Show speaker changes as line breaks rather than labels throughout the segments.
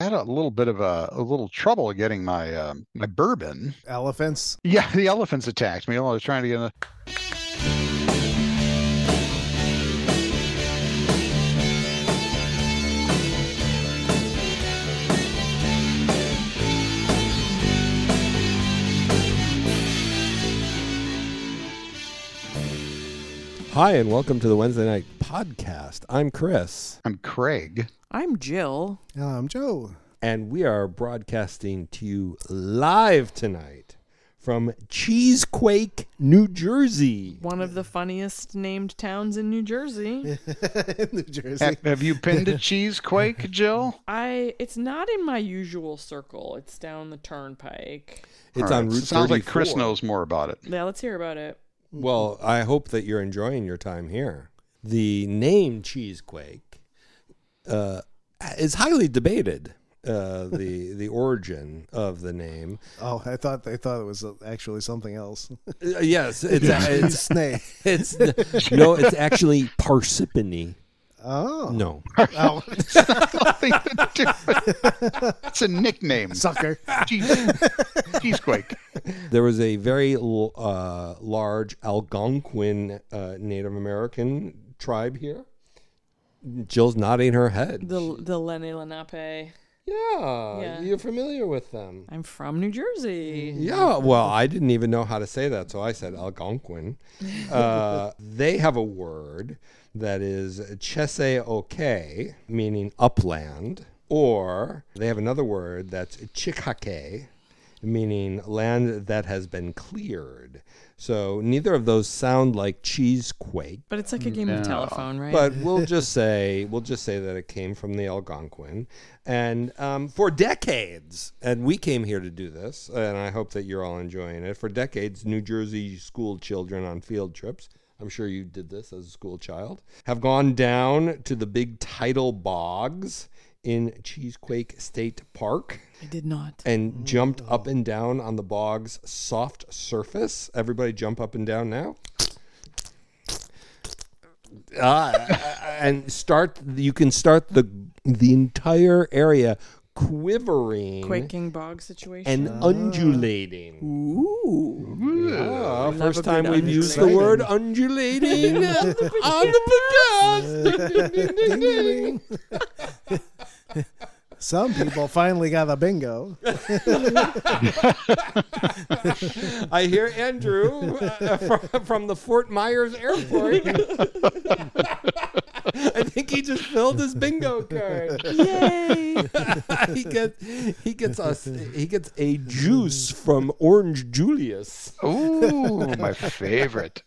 had a little bit of a, a little trouble getting my um, my bourbon.
Elephants.
Yeah, the elephants attacked me while I was trying to get in. The...
Hi, and welcome to the Wednesday Night Podcast. I'm Chris,
I'm Craig.
I'm Jill.
Uh,
I'm Joe. and we are broadcasting to you live tonight from Cheesequake, New Jersey.
One of the funniest named towns in New Jersey.
In New Jersey.
Have, have you pinned a cheese quake, Jill?
I it's not in my usual circle. It's down the turnpike.
It's
All
on
right,
Route
Sounds like Chris
34.
knows more about it.
Yeah, let's hear about it.
Well, I hope that you're enjoying your time here. The name Cheesequake uh, is highly debated. Uh, the the origin of the name.
Oh, I thought they thought it was uh, actually something else.
Uh, yes, it's
Cheese
it's,
snake.
it's no, it's actually parsimony.
Oh,
No,
oh,
Nothing to do with- it's a nickname.
sucker.
Cheese, cheese quake.
there was a very l- uh, large Algonquin uh, Native American tribe here. Jill's nodding her head.
The the Lenni Lenape.
yeah,
Yeah.
you're familiar with them.
I'm from New Jersey.
Yeah, well, I didn't even know how to say that, so I said Algonquin. Uh, they have a word that is Chese Oke, meaning upland, or they have another word that's Chickake, meaning land that has been cleared. So neither of those sound like cheesequake.
But it's like a game of telephone, right?
But we'll just say we'll just say that it came from the Algonquin, and um, for decades, and we came here to do this, and I hope that you're all enjoying it. For decades, New Jersey school children on field trips. I'm sure you did this as a school child. Have gone down to the big tidal bogs in Cheesequake State Park
I did not.
and jumped up and down on the bog's soft surface. Everybody jump up and down now. Ah, and start you can start the the entire area quivering
Quaking bog situation.
and undulating.
Ooh.
Ah,
Love a
first
good
time we've used the
undulating.
word undulating on the podcast.
Some people finally got a bingo.
I hear Andrew uh, from, from the Fort Myers airport. I think he just filled his bingo card.
Yay.
he gets he gets us he gets a juice from Orange Julius.
Ooh, my favorite.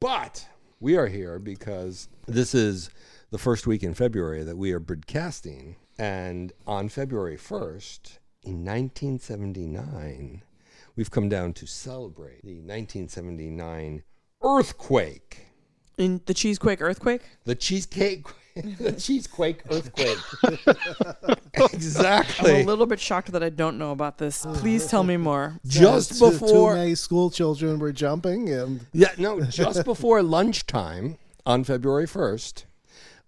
But we are here because this is the first week in February that we are broadcasting. And on February 1st, in 1979, we've come down to celebrate the 1979 earthquake.
In the cheesequake earthquake?
The cheesecake, the cheesequake earthquake. exactly.
I'm a little bit shocked that I don't know about this.
Oh,
Please tell me more.
just
Too-
before
too many school children were jumping, and
Yeah, no, just before lunchtime on February 1st,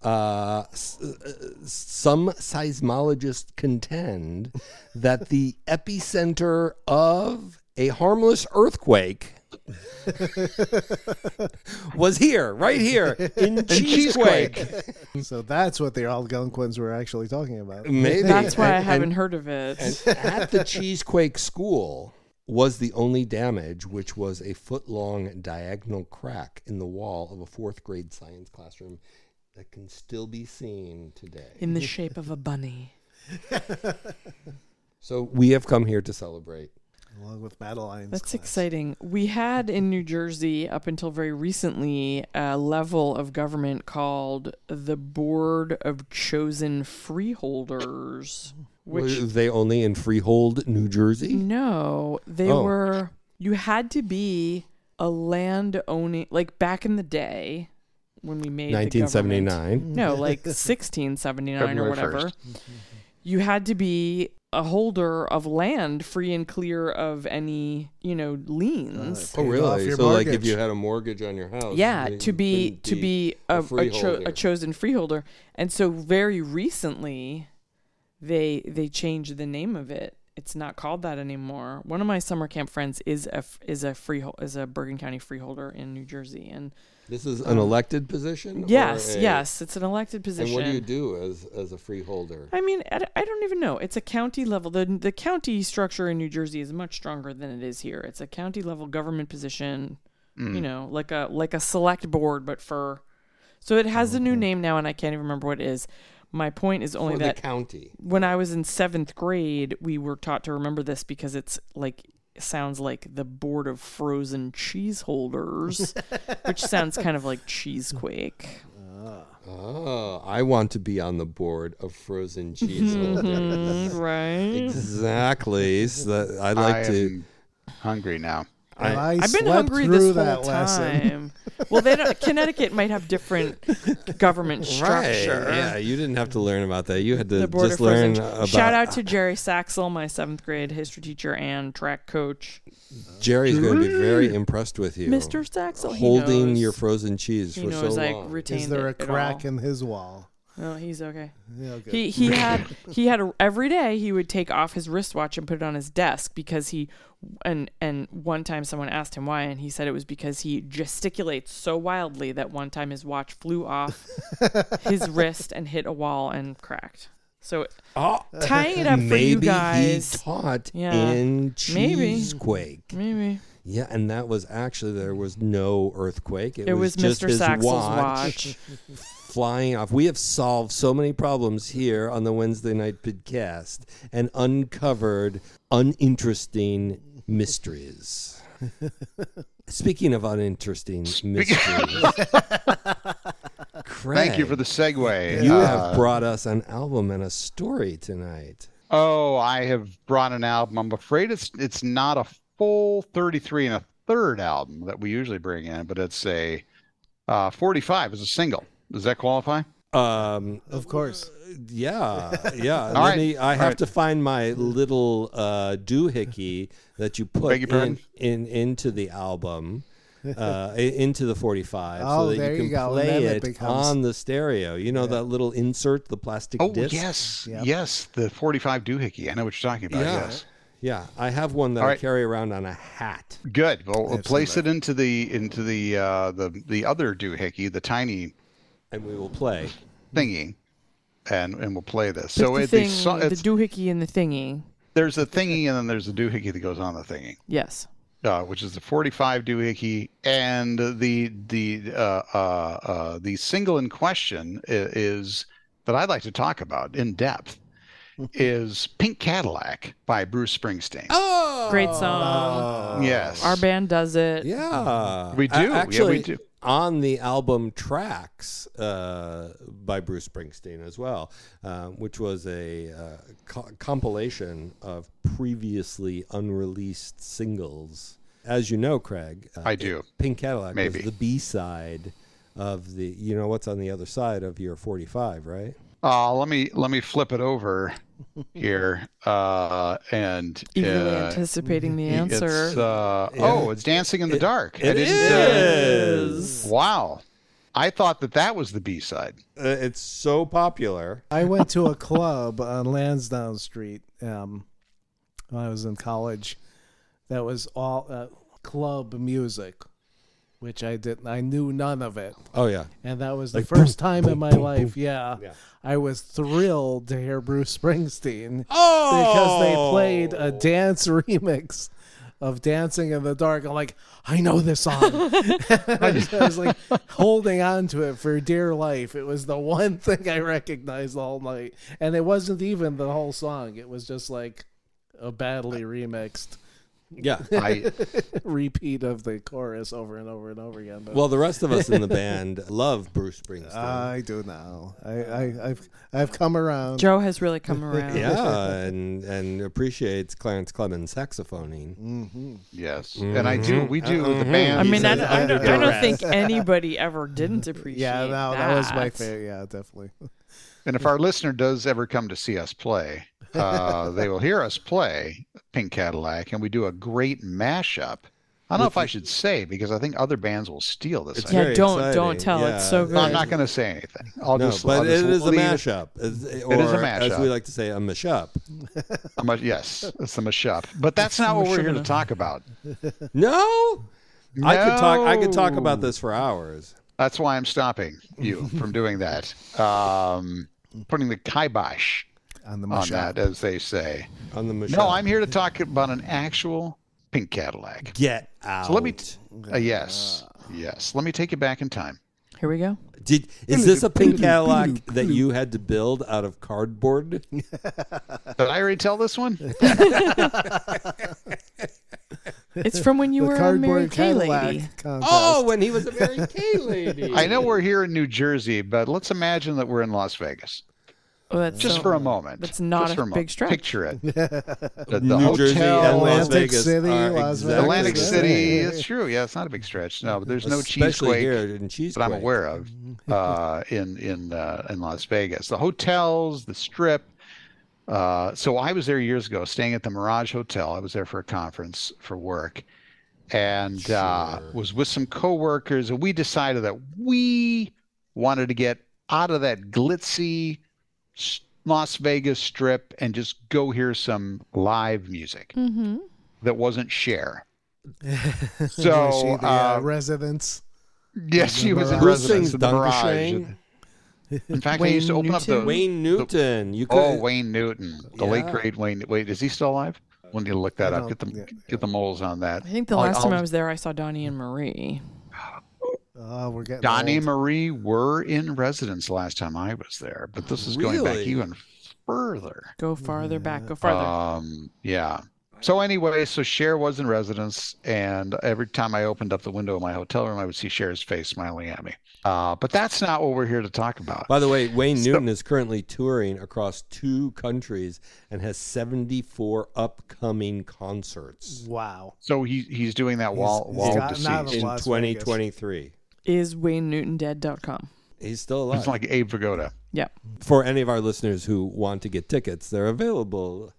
uh, s- uh, some seismologists contend that the epicenter of a harmless earthquake was here, right here, in Cheesequake.
so that's what the Algonquins were actually talking about.
Maybe.
That's why I
And-
haven't heard of it.
and at the Cheesequake School was the only damage, which was a foot long diagonal crack in the wall of a fourth grade science classroom that can still be seen today.
in the shape of a bunny.
So we have come here to celebrate.
Along with battle lines.
That's
class.
exciting. We had in New Jersey, up until very recently, a level of government called the Board of Chosen Freeholders, which
Were they only in Freehold, New Jersey?
no, they
Oh.
were. You had to be a land owning, like back in the day when we made the government-
1979.
No, like 1679 or
February
whatever. you had to be a holder of land free and clear of any, you know, liens.
Oh,
Paid off
really?
your
So, like, if
mortgage.
you had a mortgage on your house,
yeah,
then
to
you
be
couldn't
to
a
be a, a, cho-
freeholder.
a chosen freeholder. And so very recently they they changed the name of it. It's not called that anymore. One of my summer camp friends is a f- is a freehold is a Bergen County freeholder in New Jersey and
This is an elected position. or
um, yes,
a-
yes, it's an elected
And
position.
what do you do as as a freeholder?
I mean, I d- I don't even know. It's a county level. The, the county structure in New Jersey is much stronger than it is here. It's a county level government position,
Mm.
you know, like a like a select board, but for. So it has a new name now, and I can't even remember what it is. My point is only
Mm-hmm. For
that
the county.
when I was in seventh grade, we were taught to remember this because it's like sounds like the board of frozen cheese holders, which sounds kind of like cheesequake.
Oh, I want to be on the board of frozen cheese. holders.
Mm, right.
exactly. So that I'd like
I
to.
am hungry now.
I,
I,
I've been
slept
hungry
through
this whole
that lesson.
time. well, they don't, Connecticut might have different government
right.
structure.
Yeah, you didn't have to learn about that. You had to
The Board
just
of Frozen
learn
Ch-
about.
Shout out to Jerry Saxel, my seventh grade history teacher and track coach,
Jerry's going to be very impressed with you.
Mr. Saxel. He
holding
knows.
your frozen cheese
He
for
knows
so
I
long.
retained
Is there a
it at
crack
all.
in his wall?
No, Oh, he's okay.
Yeah, okay.
He he had he had a, every day he would take off his wristwatch and put it on his desk because he and and one time someone asked him why and he said it was because he gesticulates so wildly that one time his watch flew off his wrist and hit a wall and cracked. So
oh,
tying it up for
maybe
you guys.
he taught
Yeah.
in
Maybe.
cheesequake.
Maybe
Yeah, and that was actually there was no earthquake. It,
it, was,
just
Mr.
his
Saxel's
watch,
watch.
flying off. We have solved so many problems here on the Wednesday night podcast and uncovered uninteresting mysteries. Speaking of uninteresting mysteries,
Thank you
Craig,
for the segue.
You
Uh,
have brought us an album and a story tonight.
Oh, I have brought an album. I'm afraid it's it's not a full 33 and a third album that we usually bring in, but it's a uh, 45 as a single. Does that qualify?
Um,
of course.
Yeah, yeah. Let
right,
me- I
all
have
right.
to find my little uh, doohickey that you put
Beg your
in,
pardon?
in into the album, uh, i- into the forty-five,
Oh,
so that
there
you
you
can
go, and
play
then it
it
becomes-
on the stereo. You know that little insert, the plastic
Oh,
disc.
yes.
Yep.
Yes. The 45 doohickey. I know what you're talking about.
Yeah.
Yes.
Yeah, I have one that
All
I
right.
carry around on a hat.
Good. Well, we'll place it into the into the uh, the the other doohickey, the tiny
And we will play.
thingy, and and we'll play this.
So
So
the
it,
thing,
the, so-
the
it's,
doohickey and the thingy.
there's a thingy, and then there's a doohickey that goes on the thingy.
Yes.
uh, which is the 45 doohickey, and the the uh, uh, uh, the single in question i- is that I'd like to talk about in depth is "Pink Cadillac" by Bruce Springsteen.
Oh,
Great song.
yes,
Our band does it.
Yeah,
We
A-
do. Yeah, we
actually,
do.
on the album tracks uh, by Bruce Springsteen as well, uh, which was a uh, co- compilation of previously unreleased singles. As you know, Craig, uh,
I do.
Pink Cadillac
Maybe.
was the B side of the. You know what's on the other side of your forty-five, right?
Uh, let me let me flip it over here, uh, and
Eagerly
uh,
anticipating the
it's,
answer.
uh, oh, it's Dancing in the Dark. I
It
didn't, uh,
is.
wow, I thought that that was the B side.
Uh, it's so popular.
I went to a club on Lansdowne Street um, when I was in college. That was all uh, club music, which I didn't. I knew none of it,
Oh yeah.
and that was the
Like boom,
first time
boom,
in my
boom,
life.
boom.
Yeah,
Yeah.
I was thrilled to hear Bruce Springsteen
Oh,
because they played a dance remix of Dancing in the Dark. I'm like, I know this song. I, just- I was like holding on to it for dear life. It was the one thing I recognized all night. And it wasn't even the whole song, it was just like a badly remixed
Yeah.
I
repeat of the chorus over and over and over again. But
Well, the rest of us in the band love Bruce Springsteen.
Uh,
I do now. I, I, I've, I've come around.
Joe has really come around.
yeah, and and appreciates Clarence Clemens
Mm-hmm.
saxophoning.
Yes, and I
Mm-hmm.
do. We do the band.
I mean,
that
I, don't- I, don't, I
do.
don't think anybody ever didn't appreciate
Yeah, no, that was my favorite. Yeah, definitely.
And if our listener does ever come to see us play, uh, they will hear us play Pink Cadillac, and we do a great mashup. I don't know if I should say because I think other bands will steal this.
It's
idea.
Yeah,
very
don't- don't
exciting.
tell. It's so good.
I'm not going to say anything. I'll
No,
just. I'll
but
just
it is a
leave-
mashup. as- Or,
is a
As
mashup.
we like to say, a mashup.
a ma- yes, it's a mashup. But that's not what we're here to talk about.
No? I could talk. I could talk about
No.
this for hours.
That's why I'm stopping you from doing that. Um, putting the kibosh
on the
on
machine.
that, as they say.
On the mashup.
No, I'm here to talk about an actual pink Cadillac.
Get out.
So let me. T- uh, yes,
Ah.
yes. Let me take you back in time.
Here we go.
Did is this a pink Cadillac that you had to build out of cardboard?
Did I already tell this one?
It's from when you
The
were a Mary
cardboard
Kay
Cadillac
lady.
contest.
Oh, when he was a Mary Kay lady.
I know we're here in New Jersey, but let's imagine that we're in Las Vegas
Oh, that's
just
so-
for a moment.
that's not
just
a
for moment.
big stretch.
Picture it. The, the
New Jersey and
hotel,
Las
Atlantic
Vegas
City,
are
Las Vegas.
exactly
Atlantic
the
City.
same.
It's true. Yeah, it's not a big stretch. No, but there's no
Especially
cheesequake.
here in cheesequake.
that I'm aware of uh, in in uh, in Las Vegas. The hotels, the Strip. Uh, so I was there years ago, staying at the Mirage Hotel. I was there for a conference for work, and uh,
Sure.
was with some coworkers, and we decided that we wanted to get out of that glitzy s- Las Vegas Strip and just go hear some live music
Mm-hmm.
that wasn't Cher. So,
Was she the,
uh,
uh, residents.
Yes, she was in
Mirage. Who
residence
sings
at the Mirage.
Dunkershang?
In fact, I
Wayne
used to open up the
Newton?
Wayne Newton. You could.
Oh, Wayne Newton, the late
Yeah.
great Wayne. Wait, is he still alive? We need to look that
I
up. Get
don't-
the
yeah,
get the moles on that.
I think the
I'll-
last time
I'll-
I was there, I saw Donnie and Marie.
Oh, we're getting
Donnie
old.
Marie were in residence last time I was there, but this is going back
Really?
even further.
Go farther back. Go farther. Uh,
Um, yeah. So anyway, so Cher was in residence, and every time I opened up the window of my hotel room, I would see Cher's face smiling at me. Uh, but that's not what we're here to talk about.
By the way, Wayne
So-
Newton is currently touring across two countries and has 74 upcoming concerts
Wow.
so he he's doing that wall
he's
wall of
gotten out of
deceased.
in
Las Vegas.
2023.
Is WayneNewtonDead.com.
He's still alive.
It's like Abe Vigoda.
Yep.
For any of our listeners who want to get tickets, they're available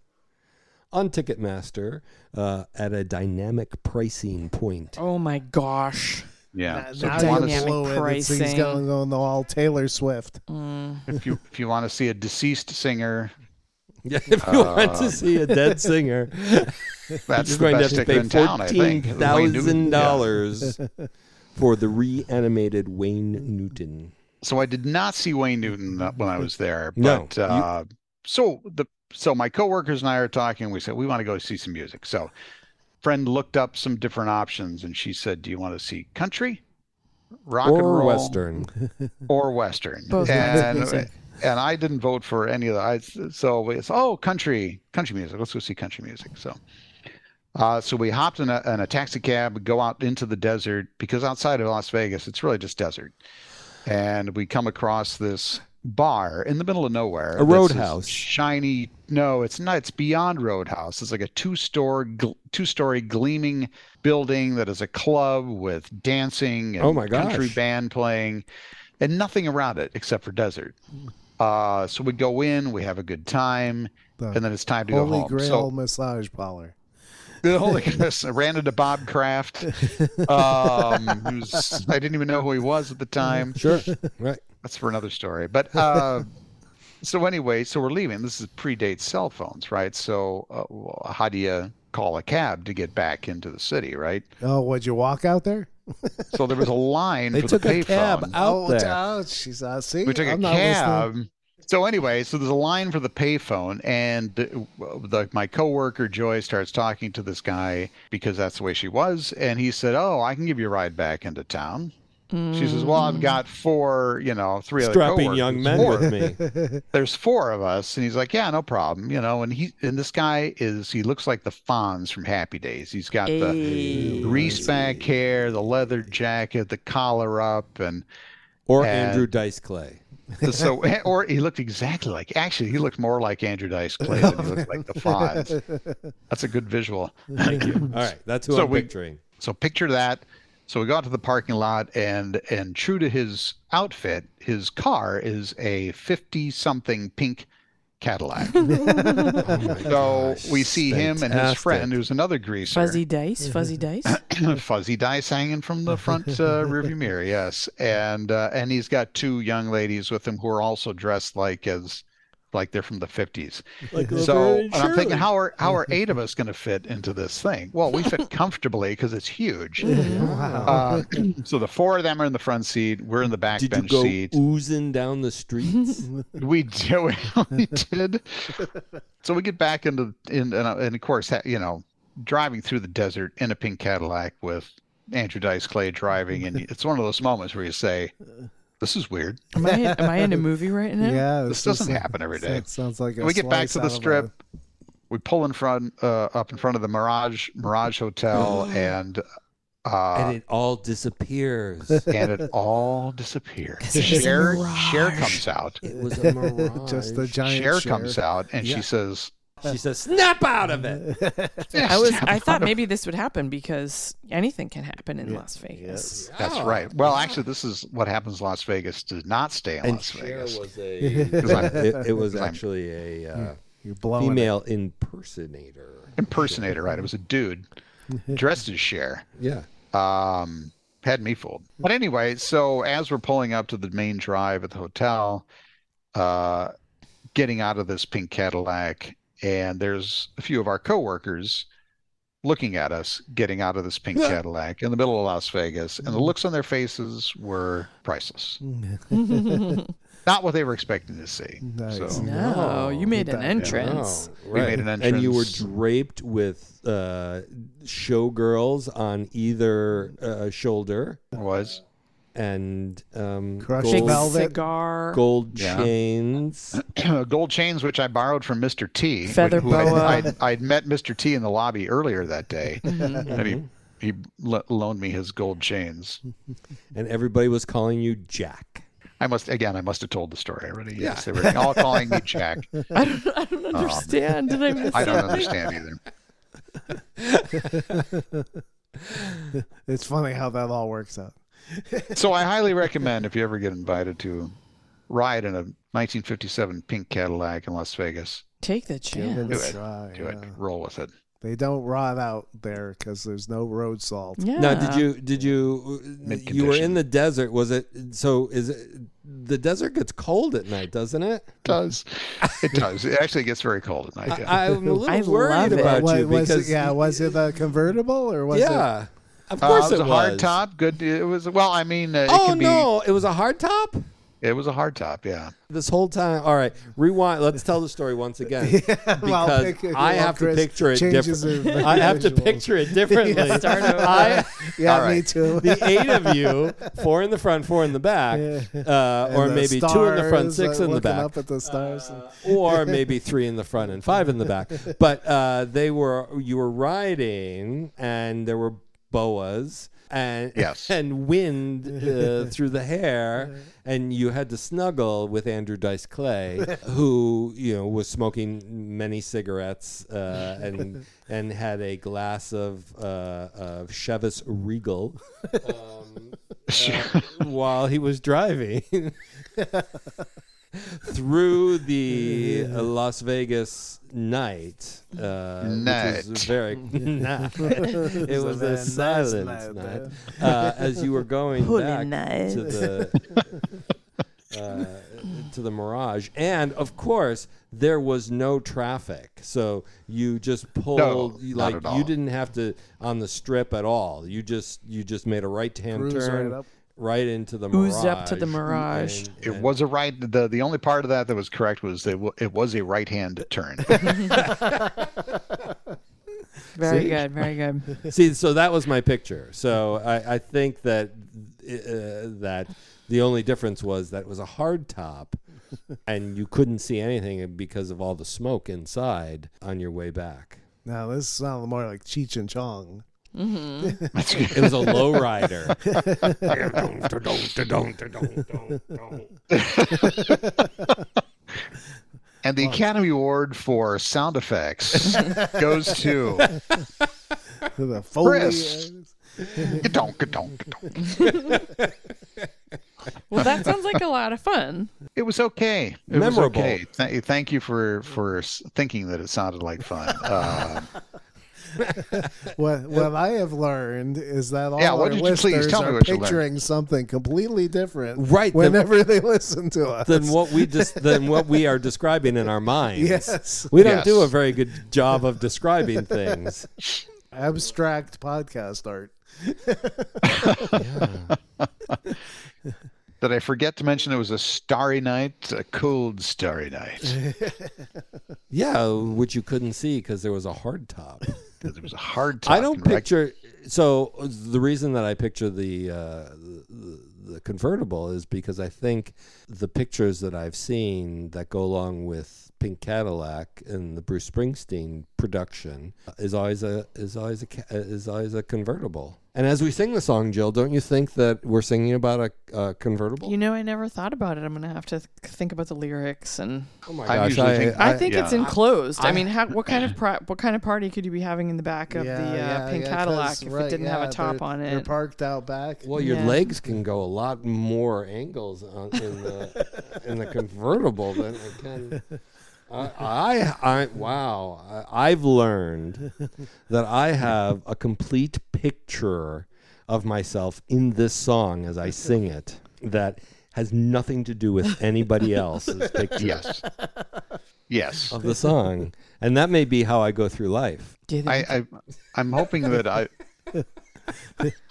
on Ticketmaster uh, at a dynamic pricing point.
Oh my gosh.
Yeah.
Now-
So
now
if you
you
wanna
dynamic
blow it. It's- He's
pricing.
going on the all Taylor Swift.
Mm.
if you if you want to see a deceased singer,
Yeah, if you want
Ah.
to see a dead singer,
that's
you're
the
going to have
best
to
ticket
pay
in town. I think
fourteen
Wayne Newton,
thousand
yeah.
dollars for the reanimated Wayne Newton.
So I did not see Wayne Newton uh, when I was there.
No,
But uh, so the so my coworkers and I are talking. We said we want to go see some music. So friend looked up some different options, and she said, "Do you want to see country, rock and
Or
roll,
Western.
or western?"
Both kinds of
and
music.
and I didn't vote for any of that. I, so it's oh country country music. Let's go see country music. So. Uh, so we hopped in a, in a taxi cab, go out into the desert because outside of Las Vegas, it's really just desert. And we come across this bar in the middle of nowhere. that's this
roadhouse.
Shiny. No, it's not. It's beyond roadhouse. It's like a two-store, gl- two-story gleaming building that is a club with dancing and
Oh my
country
gosh.
band playing and nothing around it except for desert. Uh, so we go in, we have a good time,
The
and then it's time to go
Holy
home.
Grail
So-
massage parlor.
the Holy Christ. I ran into Bob Kraft. Um, who's, I didn't even know who he was at the time.
Sure, right.
That's for another story. But uh, so anyway, so we're leaving. This is predates cell phones, right? So uh, well, how do you call a cab to get back into the city, right?
Oh, would you walk out there?
So there was a line
They
for
took
the
a
payphone.
cab out
oh,
there.
oh, she's uh, see.
We took
I'm
a
not
cab. So anyway, so there's a line for the payphone, and the, the, my coworker Joy starts talking to this guy because that's the way she was, and he said, "Oh, I can give you a ride back into town." She says, "Well, I've got four, you know, three other
Mm. Strapping
coworkers,
young men
four.
with me.
There's four of us, and he's like, "Yeah, no problem," you know. And he and this guy is he looks like the Fonz from Happy Days. He's got the
Ayy.
greased back hair, the leather jacket, the collar up, and
Or
And-
Andrew Dice Clay.
so eh, or he looked exactly like actually he looked more like Andrew Dice Clay than he looked like the Fonz. That's a good visual.
All right, that's who
So
I'm
we-
picturing.
So picture that. So we go out to the parking lot, and and true to his outfit, his car is a fifty-something pink Cadillac.
Oh my
so
gosh,
we see him and his
fantastic.
friend, who's another greaser,
Fuzzy dice, fuzzy dice.
fuzzy dice hanging from the front uh, rearview mirror. Yes, and uh, and he's got two young ladies with him who are also dressed like as like they're from the fifties. So and I'm thinking, how are how are eight of us going to fit into this thing? Well, we fit comfortably because it's huge.
Wow.
Uh, so the four of them are in the front seat. We're in the back
Did you
bench
go
seat.
oozing down the streets?
We do. We did. So we get back into in and, uh, and of course ha- you know driving through the desert in a pink Cadillac with Andrew Dice Clay driving, and it's one of those moments where you say, "This is weird.
Am I, am I in a movie right now?
Yeah,
This
is-
doesn't happen every day."
Sounds, sounds like a
we get back
slice
to the
out of a-
strip. We pull in front uh, up in front of the Mirage Mirage Hotel, and uh,
and it all disappears.
and it all disappears.
it was a
Cher
mirage.
Cher comes out.
It was a mirage.
Just the giant
Cher comes out, and
Yeah.
she says.
She says, "Snap out of it."
I was.
"Yes,
I thought maybe this would happen because anything can happen in Las Vegas.
That's
Oh.
right. Well, actually, this is what happens in Las Vegas does not stay in
And
Las
Cher
Vegas.
was a. it, it was actually a uh,
You're blowing
female impersonator.
Impersonator, right? It was a dude dressed as Cher.
Yeah.
Um, had me fooled. But anyway, so as we're pulling up to the main drive at the hotel, uh, getting out of this pink Cadillac, and there's a few of our coworkers looking at us getting out of this pink Cadillac in the middle of Las Vegas, and the looks on their faces were priceless. Not what they were expecting to see.
Nice.
So.
No, you made an entrance.
Oh,
We made an
And you were
entrance.
draped with uh, showgirls on either uh, shoulder
was.
and um,
Crushed
Big
gold,
velvet.
cigar,
gold
Yeah.
chains.
gold chains, which I borrowed from Mr. T.
Feather
who I-
boa.
I'd, I'd met Mr. T in the lobby earlier that day,
Mm-hmm.
and he he lo- loaned me his gold chains.
and everybody was calling you Jack.
I must again, I must have told the story already. Yes, they were all calling me Jack.
I don't understand. Did I miss
I don't
it?
understand either.
It's funny how that all works out.
So I highly recommend if you ever get invited to ride in a 1957 pink Cadillac in Las Vegas,
Take the
Give
chance.
it
Do
a
it.
try.
do it,
yeah.
roll with it.
They don't rot out there because there's no road salt.
Yeah.
Now, did you did you you were in
Mid-condition.
the desert? Was it so? Is it the desert gets cold at night, doesn't it?
It does it does? It actually gets very cold at night. yeah.
I'm a little
I love
worried
it.
about
Wa-
you
was
because
it, yeah, was it a convertible or was it?
yeah, of
Uh,
course
it was a hard
was.
top. Good. It was well. I mean, uh, it
Oh
can be.
no, it was a hard top.
It was a hard top. Yeah.
This whole time, all right. Rewind. Let's tell the story once again because
Well, pick-
I
well,
have to
Chris
picture it
changes
differently.
the
I have to
visuals.
picture it differently.
Start over.
I,
Yeah,
All
me
right.
too.
the eight of you, four in the front, four in the back, uh,
And
or
the
maybe two in the front,
stars,
six
uh,
in the
looking
back,
Up at the stars.
Uh,
Uh, or maybe three in the front and five in the back. But uh, they were you were riding, and there were boas and
Yes.
and wind uh, through the hair, and you had to snuggle with Andrew Dice Clay, who you know was smoking many cigarettes uh, and and had a glass of uh, of Chevis Regal. Um, uh, while he was driving through the uh, Las Vegas night. Uh, Which
Night.
was very night. It was a
very nice
silent
night,
night. Uh, as you were going
Holy
back
night.
to the. Uh, to the Mirage, and of course there was no traffic, so you just pulled. you-
not
like
at all.
you didn't have to on the strip at all. You just you just made a right-hand
Cruise right
turn,
up.
right into the
Oozed
mirage.
up to the mirage.
And-
It was a right. The the only part of that that was correct was that w- it was a right hand turn.
Very
See?
good. Very good.
See, so that was my picture. So I, I think that uh, that the only difference was that it was a hard top, and you couldn't see anything because of all the smoke inside on your way back.
Now this sounds more like Cheech and Chong.
That's good.
It was a low rider.
and the Academy Award for sound effects goes to
The Foley.
Chris. Ka-donk, ka-donk, ka-donk.
Well, that sounds like a lot of fun.
It was okay. It
Memorable.
Was okay. Th- thank you for for s- thinking that it sounded like fun. Uh,
What what I have learned is that all
Yeah,
our
what did you- please
listeners
tell me
are
what you learned.
picturing something completely different,
Right, the-
Whenever they listen to us,
than what we dis- than what we are describing in our minds.
Yes.
we don't
Yes.
do a very good job of describing things.
abstract podcast art.
did I forget to mention it was a starry night, a cold starry night?
Yeah, which you couldn't see because there was a hard top.
'Cause It was a hard time.
I don't picture. So the reason that I picture the, uh, the the convertible is because I think the pictures that I've seen that go along with Pink Cadillac and the Bruce Springsteen production is always a is always a ca- is always a convertible. And as we sing the song, Jill, don't you think that we're singing about a, a convertible?
You know, I never thought about it. I'm gonna have to th- think about the lyrics, and
oh my
I usually think-
I,
I-
think it's
yeah.
enclosed. I, mean, how, what kind of pro- what kind of party could you be having in the back of
yeah,
the uh,
yeah,
pink
yeah, 'cause,
Cadillac if
right,
it didn't
yeah,
have a top
they're-
on
They're
it?
parked out back.
Well, your
Yeah.
legs can go a lot more angles on, in the in the convertible than I can. I, I, I wow! I, I've learned that I have a complete picture of myself in this song as I sing it that has nothing to do with anybody else's picture
Yes. Yes.
of the song, and that may be how I go through life.
Do you think-
I, I I'm hoping that I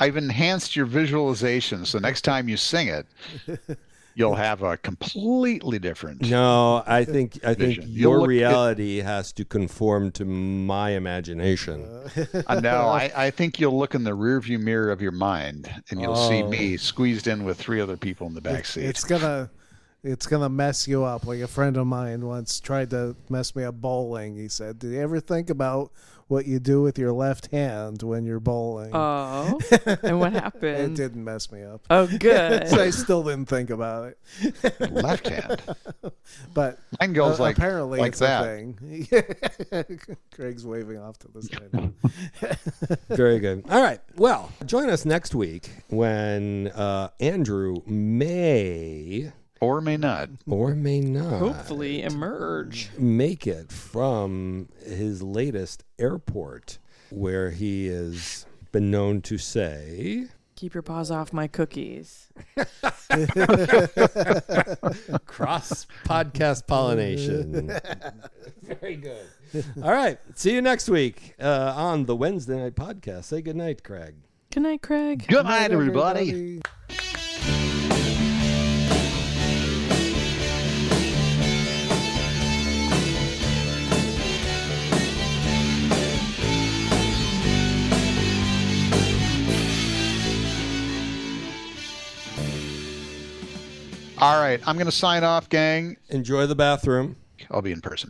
I've enhanced your visualization so next time you sing it you'll have a completely different
No, I think I think
Vision. You'll
your
look- it-
reality has to conform to my imagination.
uh, no I, I think you'll look in the rearview mirror of your mind and you'll see
Oh.
me squeezed in with three other people in the back seat
It's gonna it's gonna mess you up. Like a friend of mine once tried to mess me up bowling. He said, "Do you ever think about what you do with your left hand when you're bowling?"
oh, and what
it
happened?
didn't mess me up.
Oh, good.
So I still didn't think about it,
left hand
but
mine goes
uh,
like
apparently
like
it's
that
a thing. Craig's waving off to the side.
Very good. All right. Well, join us next week when uh, Andrew may
or may not
or may not
Hopefully, emerge.
make it from his latest airport, where he has been known to say,
Keep your paws off my cookies.
"Cross podcast pollination." Very good. All right. See you next week uh, on the Wednesday night podcast. Say good night, Craig.
Good night, Craig.
good night everybody. all right i'm gonna sign off gang
Enjoy the bathroom.
i'll be in person